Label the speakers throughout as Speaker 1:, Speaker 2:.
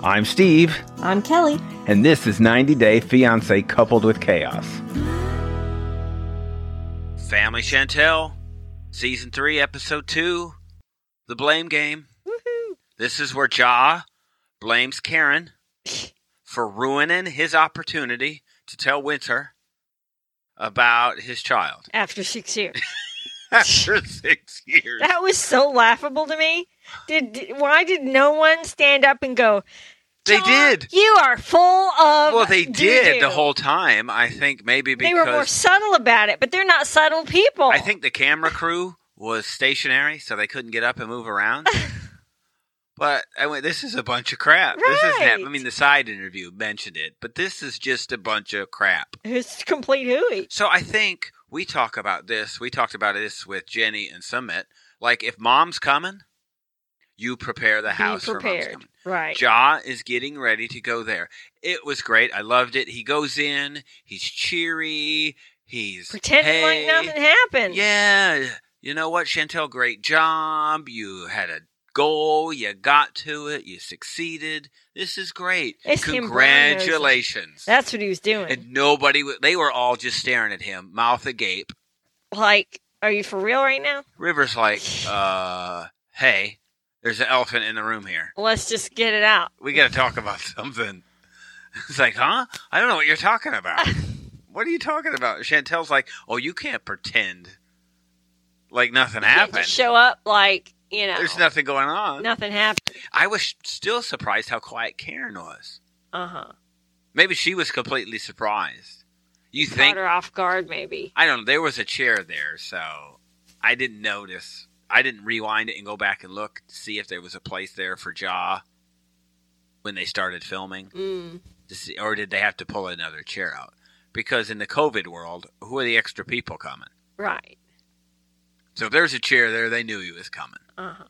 Speaker 1: I'm Steve,
Speaker 2: I'm Kelly.
Speaker 1: and this is 90 Day Fiance Coupled with Chaos. Family Chantel, Season 3, Episode 2 The Blame Game. This is where Ja blames Karen for ruining his opportunity to tell Winter about his child
Speaker 2: After six years,
Speaker 1: after six years.
Speaker 2: that was so laughable to me. Did, did- why did no one stand up and go?
Speaker 1: They
Speaker 2: "John,
Speaker 1: did.
Speaker 2: You are full of.
Speaker 1: Well, they did the
Speaker 2: doo-doo."
Speaker 1: whole time. I think maybe because
Speaker 2: They were more subtle about it, but they're not subtle people.
Speaker 1: I think the camera crew was stationary, so they couldn't get up and move around. but I went, this is a bunch of crap. This is
Speaker 2: Right.
Speaker 1: I mean, the side interview mentioned it, but this is just a bunch of crap.
Speaker 2: it's complete hooey.
Speaker 1: So I think we talk about this. We talked about this with Jenny and Summit. Like, if mom's coming, you prepare the house
Speaker 2: Be
Speaker 1: for mom's
Speaker 2: prepared,
Speaker 1: coming.
Speaker 2: right?
Speaker 1: Ja is getting ready to go there. It was great. I loved it. He goes in. He's cheery. He's
Speaker 2: Pretending
Speaker 1: hey.
Speaker 2: like nothing happened.
Speaker 1: Yeah. You know what, Chantel? Great job. You had a goal. You got to it. You succeeded. This is great.
Speaker 2: It's him blowing those-
Speaker 1: Congratulations.
Speaker 2: that's what he was doing.
Speaker 1: and nobody, w- they were all just staring at him, mouth agape.
Speaker 2: like, are you for real right now?
Speaker 1: River's like, uh, hey, there's an elephant in the room here.
Speaker 2: Let's just get it out.
Speaker 1: We got to talk about something. It's like, huh? I don't know what you're talking about. what are you talking about? Chantel's like, oh, you can't pretend like nothing
Speaker 2: You can't
Speaker 1: happened.
Speaker 2: just show up like you know.
Speaker 1: There's nothing going on.
Speaker 2: nothing happened.
Speaker 1: I was still surprised how quiet Karen was.
Speaker 2: Uh huh.
Speaker 1: Maybe she was completely surprised. You
Speaker 2: Caught
Speaker 1: think?
Speaker 2: her off guard, maybe.
Speaker 1: I don't know. There was a chair there, so I didn't notice. I didn't rewind it and go back and look to see if there was a place there for Jaw when they started filming,
Speaker 2: Mm.
Speaker 1: to see, or did they have to pull another chair out? Because in the COVID world, who are the extra people coming?
Speaker 2: Right.
Speaker 1: So if there's a chair there, they knew he was coming.
Speaker 2: Uh huh.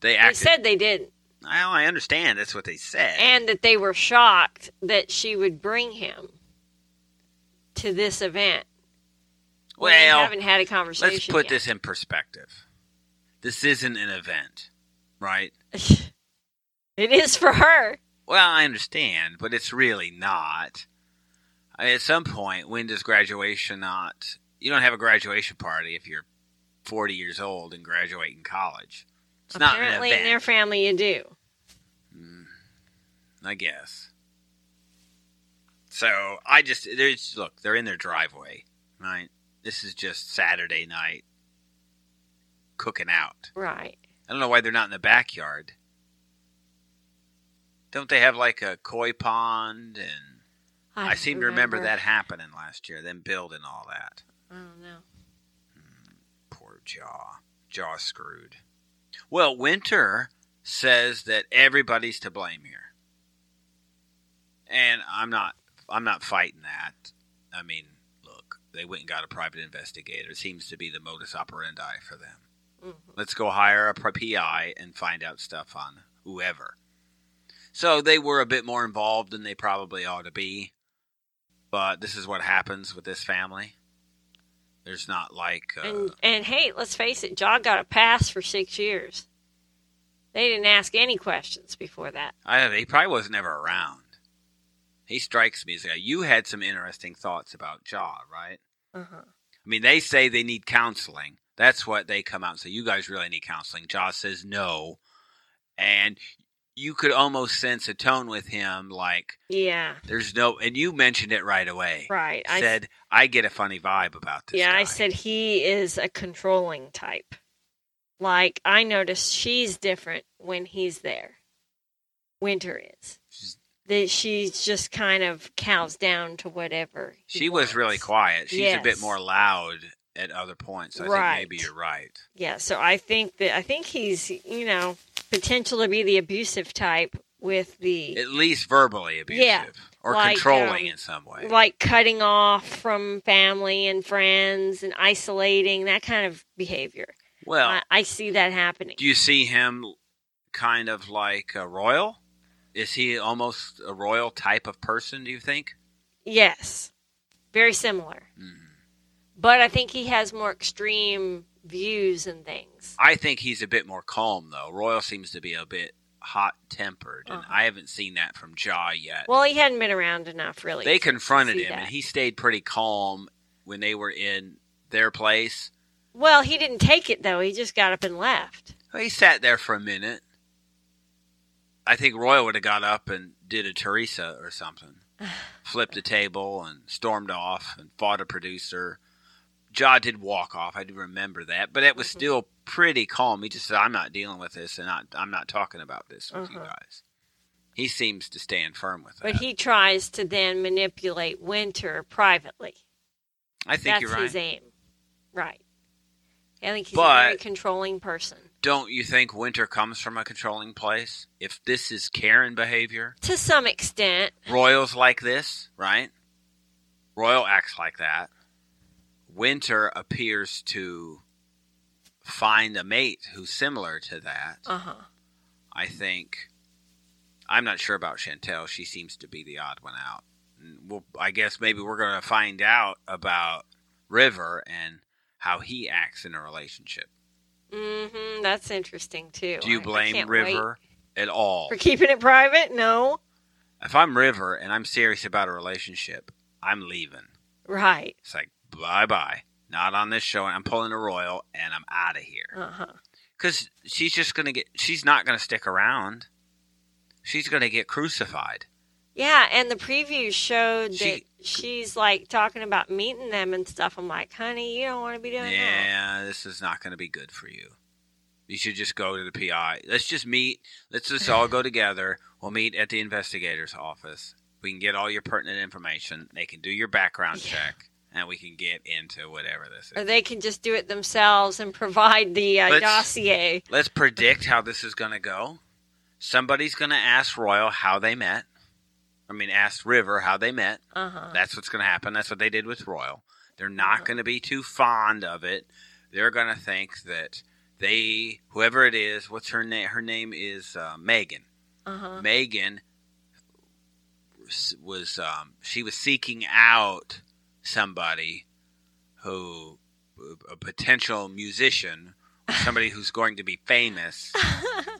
Speaker 1: They
Speaker 2: They
Speaker 1: acted.
Speaker 2: said they didn't,
Speaker 1: well, I understand. That's what they said.
Speaker 2: and that they were shocked that she would bring him to this event. We
Speaker 1: well,
Speaker 2: haven't had a conversation.
Speaker 1: Let's put
Speaker 2: yet.
Speaker 1: this in perspective. This isn't an event, right?
Speaker 2: it is for her.
Speaker 1: Well, I understand, but it's really not. I mean, at some point, when does graduation not? You don't have a graduation party if you're 40 years old and graduating college. It's not an
Speaker 2: Apparently,
Speaker 1: event,
Speaker 2: in their family, you do.
Speaker 1: I guess. So I just there's look, they're in their driveway, right? This is just Saturday night cooking out.
Speaker 2: Right.
Speaker 1: I don't know why they're not in the backyard. Don't they have like a koi pond? And I,
Speaker 2: don't
Speaker 1: seem to remember. that happening last year, them building all that.
Speaker 2: I don't know.
Speaker 1: Poor Jaw. Jaw screwed. Well, Winter says that everybody's to blame here. And I'm not I'm not fighting that. I mean, look, they went and got a private investigator. Seems to be the modus operandi for them.
Speaker 2: Mhm.
Speaker 1: Let's go hire a pro- PI and find out stuff on whoever. So they were a bit more involved than they probably ought to be. But this is what happens with this family. There's not like uh,
Speaker 2: And and hey, let's face it, John got a pass for six years. They didn't ask any questions before that.
Speaker 1: I don't know, he probably was never around. He strikes me as a guy. You had some interesting thoughts about Jaw, right?
Speaker 2: Uh huh.
Speaker 1: I mean, they say they need counseling. That's what they come out and say. You guys really need counseling. Josh says no, and you could almost sense a tone with him like
Speaker 2: Yeah.
Speaker 1: there's no. And you mentioned it right away.
Speaker 2: Right. I
Speaker 1: said I get a funny vibe about this.
Speaker 2: yeah, I
Speaker 1: guy."
Speaker 2: said he is a controlling type. Like I noticed she's different when he's there. Winter is.
Speaker 1: She's-
Speaker 2: That she just kind of cows down to whatever. he
Speaker 1: she was really
Speaker 2: wants.
Speaker 1: quiet. She's a bit
Speaker 2: Yes.
Speaker 1: more loud at other points. I
Speaker 2: Right.
Speaker 1: think maybe you're right.
Speaker 2: Yeah, so I think that I think he's, you know, potential to be the abusive type with the
Speaker 1: At least verbally abusive
Speaker 2: Yeah,
Speaker 1: or
Speaker 2: like,
Speaker 1: controlling
Speaker 2: um,
Speaker 1: in some way.
Speaker 2: like cutting off from family and friends and isolating that kind of behavior.
Speaker 1: well,
Speaker 2: I, I see that happening.
Speaker 1: Do you see him kind of like a royal? Is he almost a royal type of person, do you think?
Speaker 2: Yes, very similar.
Speaker 1: Mm-hmm.
Speaker 2: But I think he has more extreme views and things.
Speaker 1: I think he's a bit more calm, though. Royal seems to be a bit hot tempered, and
Speaker 2: Uh-huh.
Speaker 1: I haven't seen that from Jaw yet.
Speaker 2: Well, he hadn't been around enough, really.
Speaker 1: they confronted
Speaker 2: see
Speaker 1: him,
Speaker 2: that.
Speaker 1: and he stayed pretty calm when they were in their place.
Speaker 2: well, he didn't take it though. He just got up and left.
Speaker 1: He sat there for a minute. I think Roy would have got up and did a Teresa or something, flipped a table and stormed off and fought a producer. Jaw did walk off. I do remember that, but it was
Speaker 2: Mhm.
Speaker 1: still pretty calm. He just said, "I'm not dealing with this, and I, I'm not talking about this with you
Speaker 2: Uh-huh.
Speaker 1: guys." He seems to stand firm with that.
Speaker 2: But he tries to then manipulate Winter privately.
Speaker 1: I think
Speaker 2: That's
Speaker 1: you're right.
Speaker 2: his aim. Right. I think he's a
Speaker 1: But-
Speaker 2: very controlling person.
Speaker 1: Don't you think Winter comes from a controlling place? If this is Karen behavior,
Speaker 2: To some extent.
Speaker 1: Royals like this, right? Royal acts like that. Winter appears to find a mate who's similar to that.
Speaker 2: Uh huh.
Speaker 1: I think. I'm not sure about Chantel. She seems to be the odd one out. And Well, I guess maybe we're going to find out about River and how he acts in a relationship.
Speaker 2: hmm That's interesting too.
Speaker 1: Do you
Speaker 2: I- I
Speaker 1: blame
Speaker 2: can't wait
Speaker 1: River at all?
Speaker 2: for keeping it private? No.
Speaker 1: If I'm River and I'm serious about a relationship, I'm leaving.
Speaker 2: Right.
Speaker 1: It's like bye bye. Not on this show, and I'm pulling a royal, and I'm out of here.
Speaker 2: Uh huh.
Speaker 1: Because she's just gonna get. She's not gonna stick around. She's gonna get crucified.
Speaker 2: Yeah, and the preview showed
Speaker 1: She-
Speaker 2: that she's like talking about meeting them and stuff. I'm like, honey, you don't want to be doing that.
Speaker 1: Yeah, this is not gonna be good for you. You should just go to the PI. Let's just meet. Let's just all go together. We'll meet at the investigator's office. We can get all your pertinent information. They can do your background
Speaker 2: Yeah.
Speaker 1: check, and we can get into whatever this
Speaker 2: Or
Speaker 1: is.
Speaker 2: they can just do it themselves and provide the uh,
Speaker 1: Let's-
Speaker 2: dossier.
Speaker 1: Let's predict how this is going to go. Somebody's going to ask Royal how they met. I mean, ask River how they met.
Speaker 2: Uh huh.
Speaker 1: That's what's going to happen. That's what they did with Royal. They're not
Speaker 2: Uh-huh.
Speaker 1: going to be too fond of it. They're going to think that they, whoever it is, what's her name? Her name is uh, Megan.
Speaker 2: Uh huh.
Speaker 1: Megan was- was um, she was seeking out somebody who a potential musician, somebody who's going to be famous,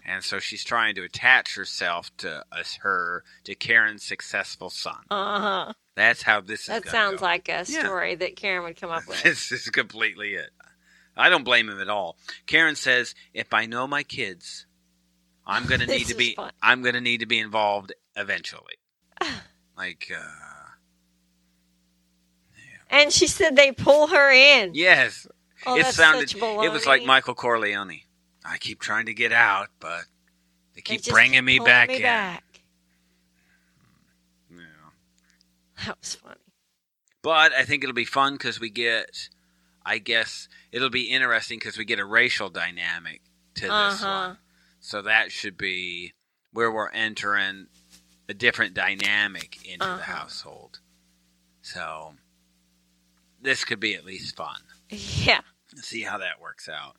Speaker 1: and so she's trying to attach herself to us, her to Karen's successful son.
Speaker 2: Uh huh.
Speaker 1: That's how this is.
Speaker 2: That
Speaker 1: gonna
Speaker 2: sounds
Speaker 1: go.
Speaker 2: like a
Speaker 1: Yeah.
Speaker 2: story that Karen would come up with.
Speaker 1: this is completely it. I don't blame him at all. Karen says, "If I know my kids, I'm gonna
Speaker 2: This
Speaker 1: need to
Speaker 2: is
Speaker 1: be.
Speaker 2: fun.
Speaker 1: I'm gonna need to be involved eventually." like, uh,
Speaker 2: And she said they pull her in.
Speaker 1: yes,
Speaker 2: Oh,
Speaker 1: it
Speaker 2: that's
Speaker 1: sounded.
Speaker 2: such baloney.
Speaker 1: It was like Michael Corleone. I keep trying to get out, but they
Speaker 2: They
Speaker 1: keep
Speaker 2: just
Speaker 1: bringing
Speaker 2: keep
Speaker 1: me
Speaker 2: pulling
Speaker 1: back
Speaker 2: me
Speaker 1: in.
Speaker 2: back.
Speaker 1: Yeah.
Speaker 2: That was funny.
Speaker 1: But I think it'll be fun because we get. I guess it'll be interesting because we get a racial dynamic to
Speaker 2: Uh
Speaker 1: this
Speaker 2: huh.
Speaker 1: one. So that should be where we're entering a different dynamic into the
Speaker 2: Uh-huh.
Speaker 1: household. So this could be at least fun.
Speaker 2: Yeah.
Speaker 1: See how that works out.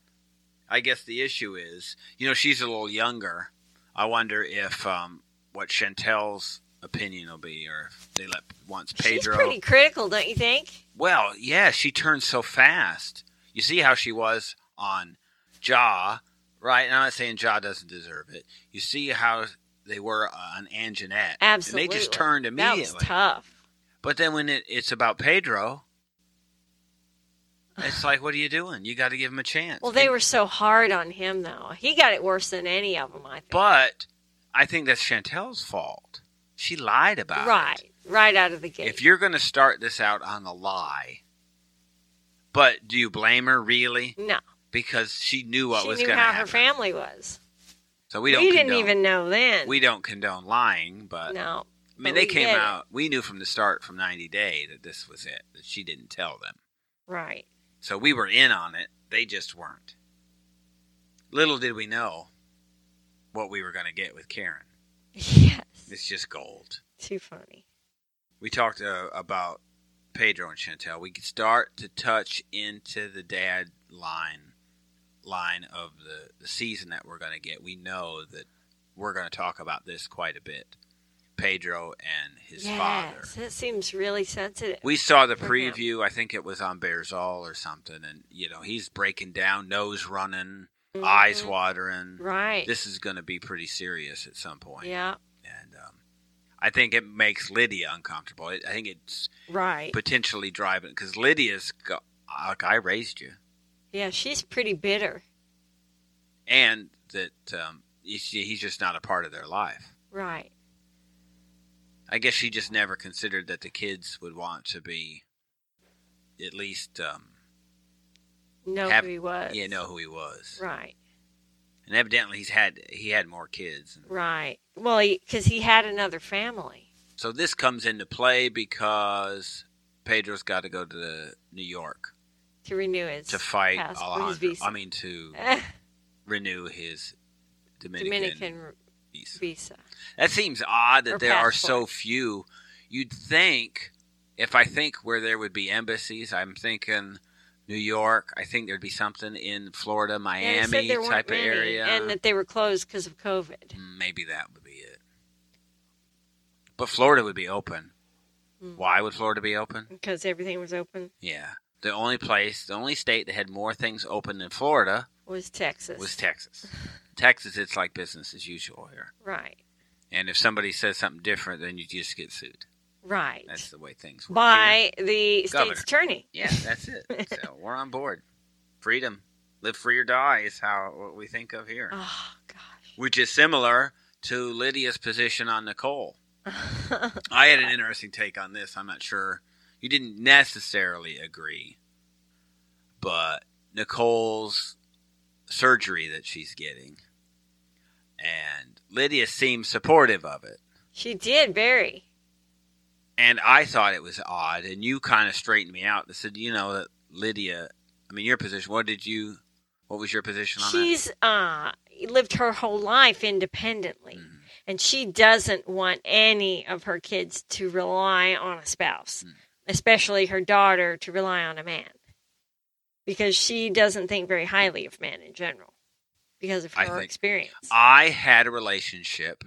Speaker 1: I guess the issue is, you know, she's a little younger. I wonder if um, what Chantel's opinion will be, or if they let once
Speaker 2: She's
Speaker 1: Pedro.
Speaker 2: pretty critical, don't you think?
Speaker 1: Well, yeah, she turned so fast. You see how she was on Jaw, right? And I'm not saying Jaw doesn't deserve it. You see how they were on Anjanette.
Speaker 2: Absolutely.
Speaker 1: And they just turned
Speaker 2: That
Speaker 1: immediately.
Speaker 2: was tough.
Speaker 1: But then when it, it's about Pedro, it's like, what are you doing? You got to give him a chance.
Speaker 2: Well, they
Speaker 1: And-
Speaker 2: were so hard on him, though. He got it worse than any of them, I think.
Speaker 1: But I think that's Chantel's fault. She lied about it.
Speaker 2: right, right out of the gate.
Speaker 1: If you're going to start this out on a lie, but do you blame her really?
Speaker 2: no,
Speaker 1: because she knew what
Speaker 2: she
Speaker 1: was
Speaker 2: knew
Speaker 1: going to
Speaker 2: how
Speaker 1: happen.
Speaker 2: her family was.
Speaker 1: so we don't.
Speaker 2: didn't
Speaker 1: condone,
Speaker 2: even know then.
Speaker 1: We don't condone lying, but
Speaker 2: no,
Speaker 1: I mean,
Speaker 2: but
Speaker 1: they
Speaker 2: we
Speaker 1: came
Speaker 2: did.
Speaker 1: out. We knew from the start, from 90 Day, that this was it. That she didn't tell them.
Speaker 2: right.
Speaker 1: So we were in on it. They just weren't. Little did we know what we were going to get with Karen.
Speaker 2: Yes,
Speaker 1: It's just gold.
Speaker 2: too funny.
Speaker 1: We talked uh, about Pedro and Chantel. We could start to touch into the dad line line of the, the season that we're going to get. We know that we're going to talk about this quite a bit. Pedro and his
Speaker 2: yes,
Speaker 1: father.
Speaker 2: that seems really sensitive.
Speaker 1: We saw the
Speaker 2: For him.
Speaker 1: preview. I think it was on Bears All or something, and you know he's breaking down, nose running, eyes
Speaker 2: Mhm.
Speaker 1: watering.
Speaker 2: Right.
Speaker 1: This is going to be pretty serious at some point.
Speaker 2: yeah.
Speaker 1: And um, I think it makes Lydia uncomfortable. It, I think it's
Speaker 2: Right.
Speaker 1: potentially driving because Lydia's go, like I raised you,
Speaker 2: yeah, she's pretty bitter.
Speaker 1: and that um, he's, he's just not a part of their life.
Speaker 2: Right.
Speaker 1: I guess she just never considered that the kids would want to be at least um,
Speaker 2: Know
Speaker 1: Have-
Speaker 2: who he was.
Speaker 1: yeah know who he was,
Speaker 2: Right.
Speaker 1: and evidently he's had he had more kids. And
Speaker 2: Right. Well, because he, had another family.
Speaker 1: So this comes into play because Pedro's got to go to the New York
Speaker 2: to renew his
Speaker 1: to fight
Speaker 2: pass- his
Speaker 1: Alejandro.
Speaker 2: visa.
Speaker 1: I mean to renew his Dominican,
Speaker 2: Dominican r-
Speaker 1: visa.
Speaker 2: visa.
Speaker 1: That seems odd that
Speaker 2: Or
Speaker 1: there are so
Speaker 2: passport.
Speaker 1: few. You'd think, if I think where there would be embassies, I'm thinking New York. I think there'd be something in Florida,
Speaker 2: and it said
Speaker 1: Miami
Speaker 2: there weren't
Speaker 1: type of
Speaker 2: many,
Speaker 1: area. Mm,
Speaker 2: and that they were closed because of COVID.
Speaker 1: Maybe that would be it. But Florida would be open.
Speaker 2: Mm.
Speaker 1: Why would Florida be open?
Speaker 2: Because everything was open
Speaker 1: Yeah. The only place, the only state that had more things open than Florida
Speaker 2: was Texas.
Speaker 1: was Texas. Texas, it's like business as usual here.
Speaker 2: right,
Speaker 1: And if somebody says something different, then you just get sued.
Speaker 2: right.
Speaker 1: That's the way things work. here.
Speaker 2: By the
Speaker 1: Governor.
Speaker 2: state's attorney.
Speaker 1: Yeah, that's it. so we're on board. Freedom. Live free or die is how what we think of here.
Speaker 2: Oh gosh.
Speaker 1: Which is similar to Lydia's position on Nicole. I had an interesting take on this. I'm not sure. You didn't necessarily agree, but Nicole's surgery that she's getting, and Lydia seems supportive of it.
Speaker 2: she did very.
Speaker 1: And I thought it was odd, and you kind of straightened me out. That said, you know, that Lydia. I mean, your position. What did you? What was your position on that?
Speaker 2: She's uh lived her whole life independently,
Speaker 1: Mhm.
Speaker 2: and she doesn't want any of her kids to rely on a spouse,
Speaker 1: Mm.
Speaker 2: especially her daughter to rely on a man, because she doesn't think very highly of men in general because of
Speaker 1: I
Speaker 2: her
Speaker 1: think- uh,
Speaker 2: experience.
Speaker 1: I had a relationship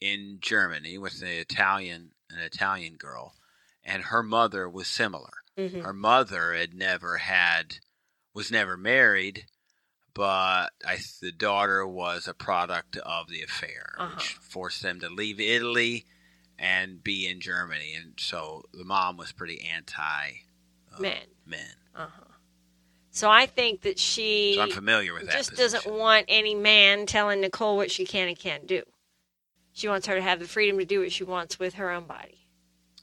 Speaker 1: in Germany with an Italian, an Italian girl, and her mother was similar.
Speaker 2: Mhm.
Speaker 1: her mother had never had was never married but I, the daughter was a product of the affair which
Speaker 2: Uh-huh.
Speaker 1: forced them to leave italy and be in germany and so the mom was pretty anti uh,
Speaker 2: Men.
Speaker 1: men
Speaker 2: Uh-huh. So I think that she
Speaker 1: so i'm familiar with that
Speaker 2: just
Speaker 1: position.
Speaker 2: doesn't want any man telling Nicole what she can and can't do. She wants her to have the freedom to do what she wants with her own body.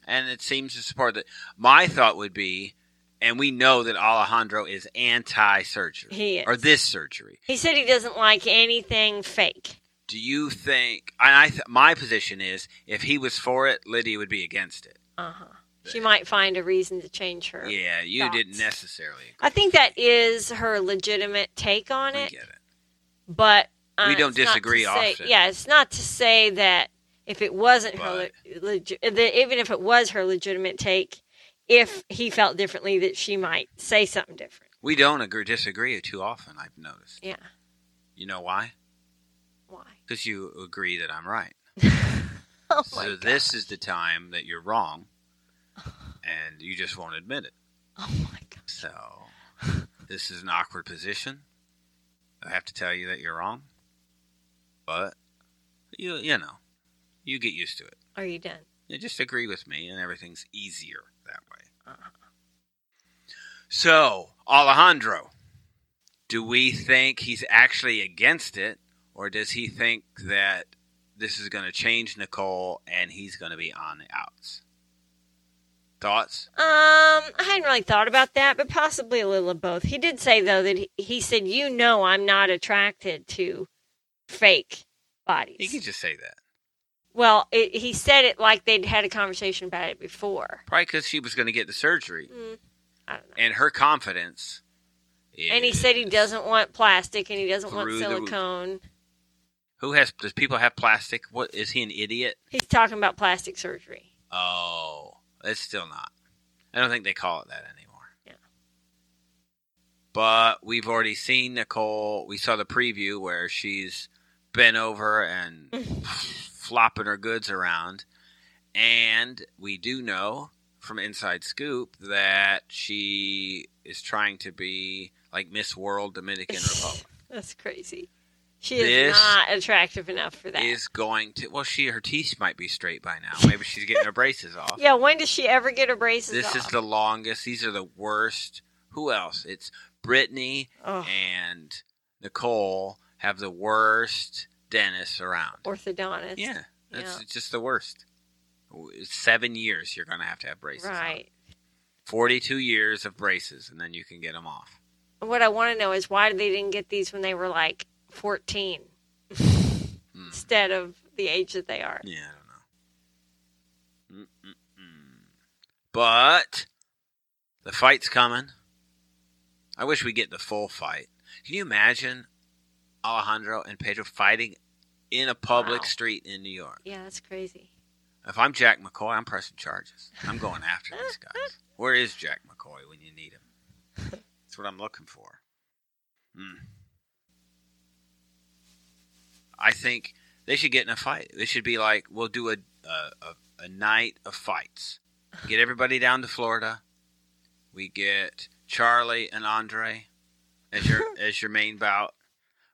Speaker 1: and it seems to support that my thought would be and we know that alejandro is anti-surgery
Speaker 2: He is.
Speaker 1: or this surgery
Speaker 2: He said he doesn't like anything fake.
Speaker 1: do you think and i th- my position is if he was for it lydia would be against it
Speaker 2: Uh huh. She might find a reason to change her.
Speaker 1: Yeah, you didn't
Speaker 2: thoughts.
Speaker 1: necessarily.
Speaker 2: I think that is her legitimate take on
Speaker 1: agree. We
Speaker 2: it,
Speaker 1: get it.
Speaker 2: but uh,
Speaker 1: We don't
Speaker 2: it's not to
Speaker 1: disagree
Speaker 2: say-
Speaker 1: often.
Speaker 2: Yeah, it's not to say that if it wasn't her, le- legi- that even if it was her legitimate take, if he felt differently, that she might say something different.
Speaker 1: We don't agree, disagree too often. I've noticed.
Speaker 2: Yeah.
Speaker 1: You know why?
Speaker 2: Why?
Speaker 1: Because you agree that I'm right.
Speaker 2: Oh my
Speaker 1: so this is the time that you're wrong, and you just won't admit it.
Speaker 2: Oh my god.
Speaker 1: So this is an awkward position. I have to tell you that you're wrong, but you you know you get used to it.
Speaker 2: Are you done?
Speaker 1: You just agree with me, and everything's easier that way.
Speaker 2: Uh-huh.
Speaker 1: So, Alejandro, do we think he's actually against it, or does he think that this is going to change Nicole and he's going to be on the outs? Thoughts?
Speaker 2: Um, I hadn't really thought about that, but possibly a little of both. He did say though that he, he said, "You know, I'm not attracted to fake bodies."
Speaker 1: He can just say that.
Speaker 2: Well, it, he said it like they'd had a conversation about it before.
Speaker 1: Probably because she was going to get the surgery,
Speaker 2: Mm, I don't know.
Speaker 1: and her confidence.
Speaker 2: And he said he
Speaker 1: is-
Speaker 2: doesn't want plastic and he doesn't want
Speaker 1: Through the roof.
Speaker 2: silicone.
Speaker 1: Who has? Does people have plastic? What is he an idiot?
Speaker 2: He's talking about plastic surgery.
Speaker 1: Oh, it's still not. I don't think they call it that anymore.
Speaker 2: Yeah.
Speaker 1: But we've already seen Nicole. We saw the preview where she's bent over and
Speaker 2: Mm.
Speaker 1: flopping her goods around. And we do know from Inside Scoop that she is trying to be like Miss World Dominican Republic.
Speaker 2: That's crazy. She is
Speaker 1: This
Speaker 2: not attractive enough for that.
Speaker 1: is going to. Well, she her teeth might be straight by now. Maybe she's getting her braces off.
Speaker 2: yeah, when does she ever get her braces
Speaker 1: This
Speaker 2: off?
Speaker 1: is the longest. These are the worst. Who else? It's Brittany
Speaker 2: oh,
Speaker 1: and Nicole have the worst dentists around.
Speaker 2: orthodontist.
Speaker 1: yeah, that's
Speaker 2: yeah.
Speaker 1: just the worst. Seven years you're going to have to have braces. on.
Speaker 2: Right.
Speaker 1: 42 years of braces, and then you can get them off.
Speaker 2: What I want to know is why they didn't get these when they were like 14
Speaker 1: Hmm.
Speaker 2: instead of the age that they are.
Speaker 1: Yeah, I don't know. Mm-mm-mm. But the fight's coming. I wish we get the full fight. Can you imagine Alejandro and Pedro fighting in a public
Speaker 2: Wow.
Speaker 1: street in New York?
Speaker 2: Yeah, that's crazy.
Speaker 1: If I'm Jack McCoy, I'm pressing charges. I'm going after these guys. Where is Jack McCoy when you need him? That's what I'm looking for. Hmm. I think they should get in a fight. They should be like, we'll do a a, a, a night of fights. Get everybody down to Florida. We get Charlie and Andre as your as your main bout.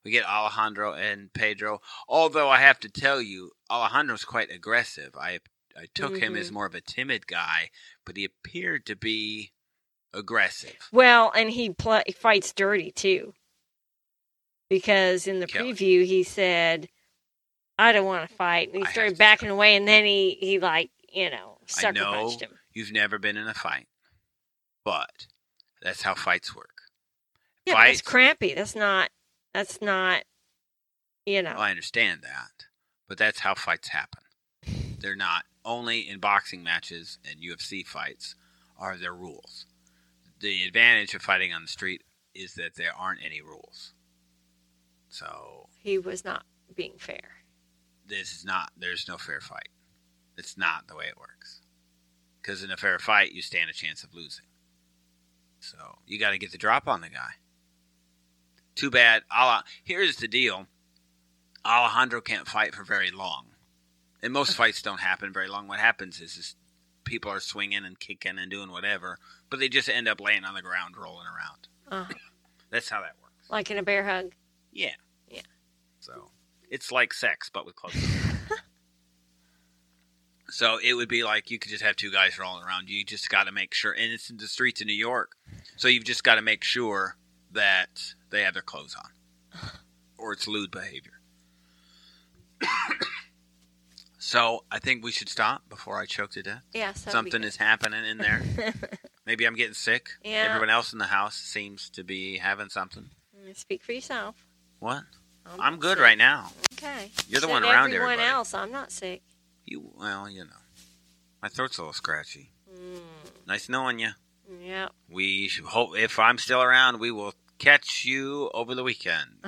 Speaker 1: We get Alejandro and Pedro. Although I have to tell you, Alejandro's quite aggressive. I I took him
Speaker 2: Mhm.
Speaker 1: as more of a timid guy, but he appeared to be aggressive.
Speaker 2: Well, and he pl- he fights dirty too. Because in the
Speaker 1: Kelly.
Speaker 2: preview, he said, I don't want to fight. And he
Speaker 1: I have
Speaker 2: started
Speaker 1: to
Speaker 2: backing away, and then he, he like, you know, sucker
Speaker 1: know.
Speaker 2: punched him.
Speaker 1: You've never been in a fight, but that's how fights work.
Speaker 2: Yeah, but that's
Speaker 1: Fights-
Speaker 2: crampy. That's not, that's not, you know.
Speaker 1: Well, I understand that, but that's how fights happen. They're not only in boxing matches and UFC fights are there rules. The advantage of fighting on the street is that there aren't any rules. So
Speaker 2: he was not being fair.
Speaker 1: this is not there's no fair fight. It's not the way it works. Because in a fair fight, you stand a chance of losing. So you got to get the drop on the guy. Too bad. Ala- Here's the deal: Alejandro can't fight for very long, and most fights don't happen very long. What happens is, is people are swinging and kicking and doing whatever, but they just end up laying on the ground, rolling around.
Speaker 2: Uh,
Speaker 1: That's how that works.
Speaker 2: like in a bear hug.
Speaker 1: Yeah.
Speaker 2: Yeah.
Speaker 1: So it's like sex, but with clothes. so it would be like you could just have two guys rolling around. You just got to make sure, and it's in the streets of New York, so you've just got to make sure that they have their clothes on, or it's lewd behavior. so I think we should stop before I choke to death.
Speaker 2: Yeah, so
Speaker 1: Something is happening in there. Maybe I'm getting sick.
Speaker 2: Yeah.
Speaker 1: Everyone else in the house seems to be having something.
Speaker 2: Speak for yourself.
Speaker 1: What? I'm good right now.
Speaker 2: Okay.
Speaker 1: You're the
Speaker 2: Said
Speaker 1: one around
Speaker 2: everyone
Speaker 1: everybody.
Speaker 2: else. I'm not sick.
Speaker 1: You well, you know, my throat's a little scratchy.
Speaker 2: Mm,
Speaker 1: Nice knowing you.
Speaker 2: yep.
Speaker 1: We should hope if I'm still around, we will catch you over the weekend.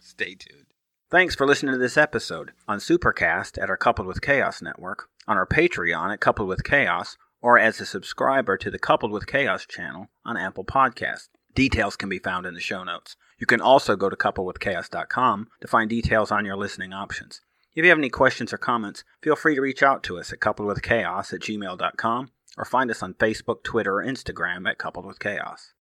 Speaker 1: Stay tuned. Thanks for listening to this episode on Supercast at our Coupled with Chaos network, on our Patreon at Coupled with Chaos, or as a subscriber to the Coupled with Chaos channel on Apple Podcasts. Details can be found in the show notes. You can also go to coupledwithchaos.com to find details on your listening options. If you have any questions or comments, feel free to reach out to us at coupledwithchaos at gmail.com or find us on Facebook, Twitter, or Instagram at Coupled with Chaos.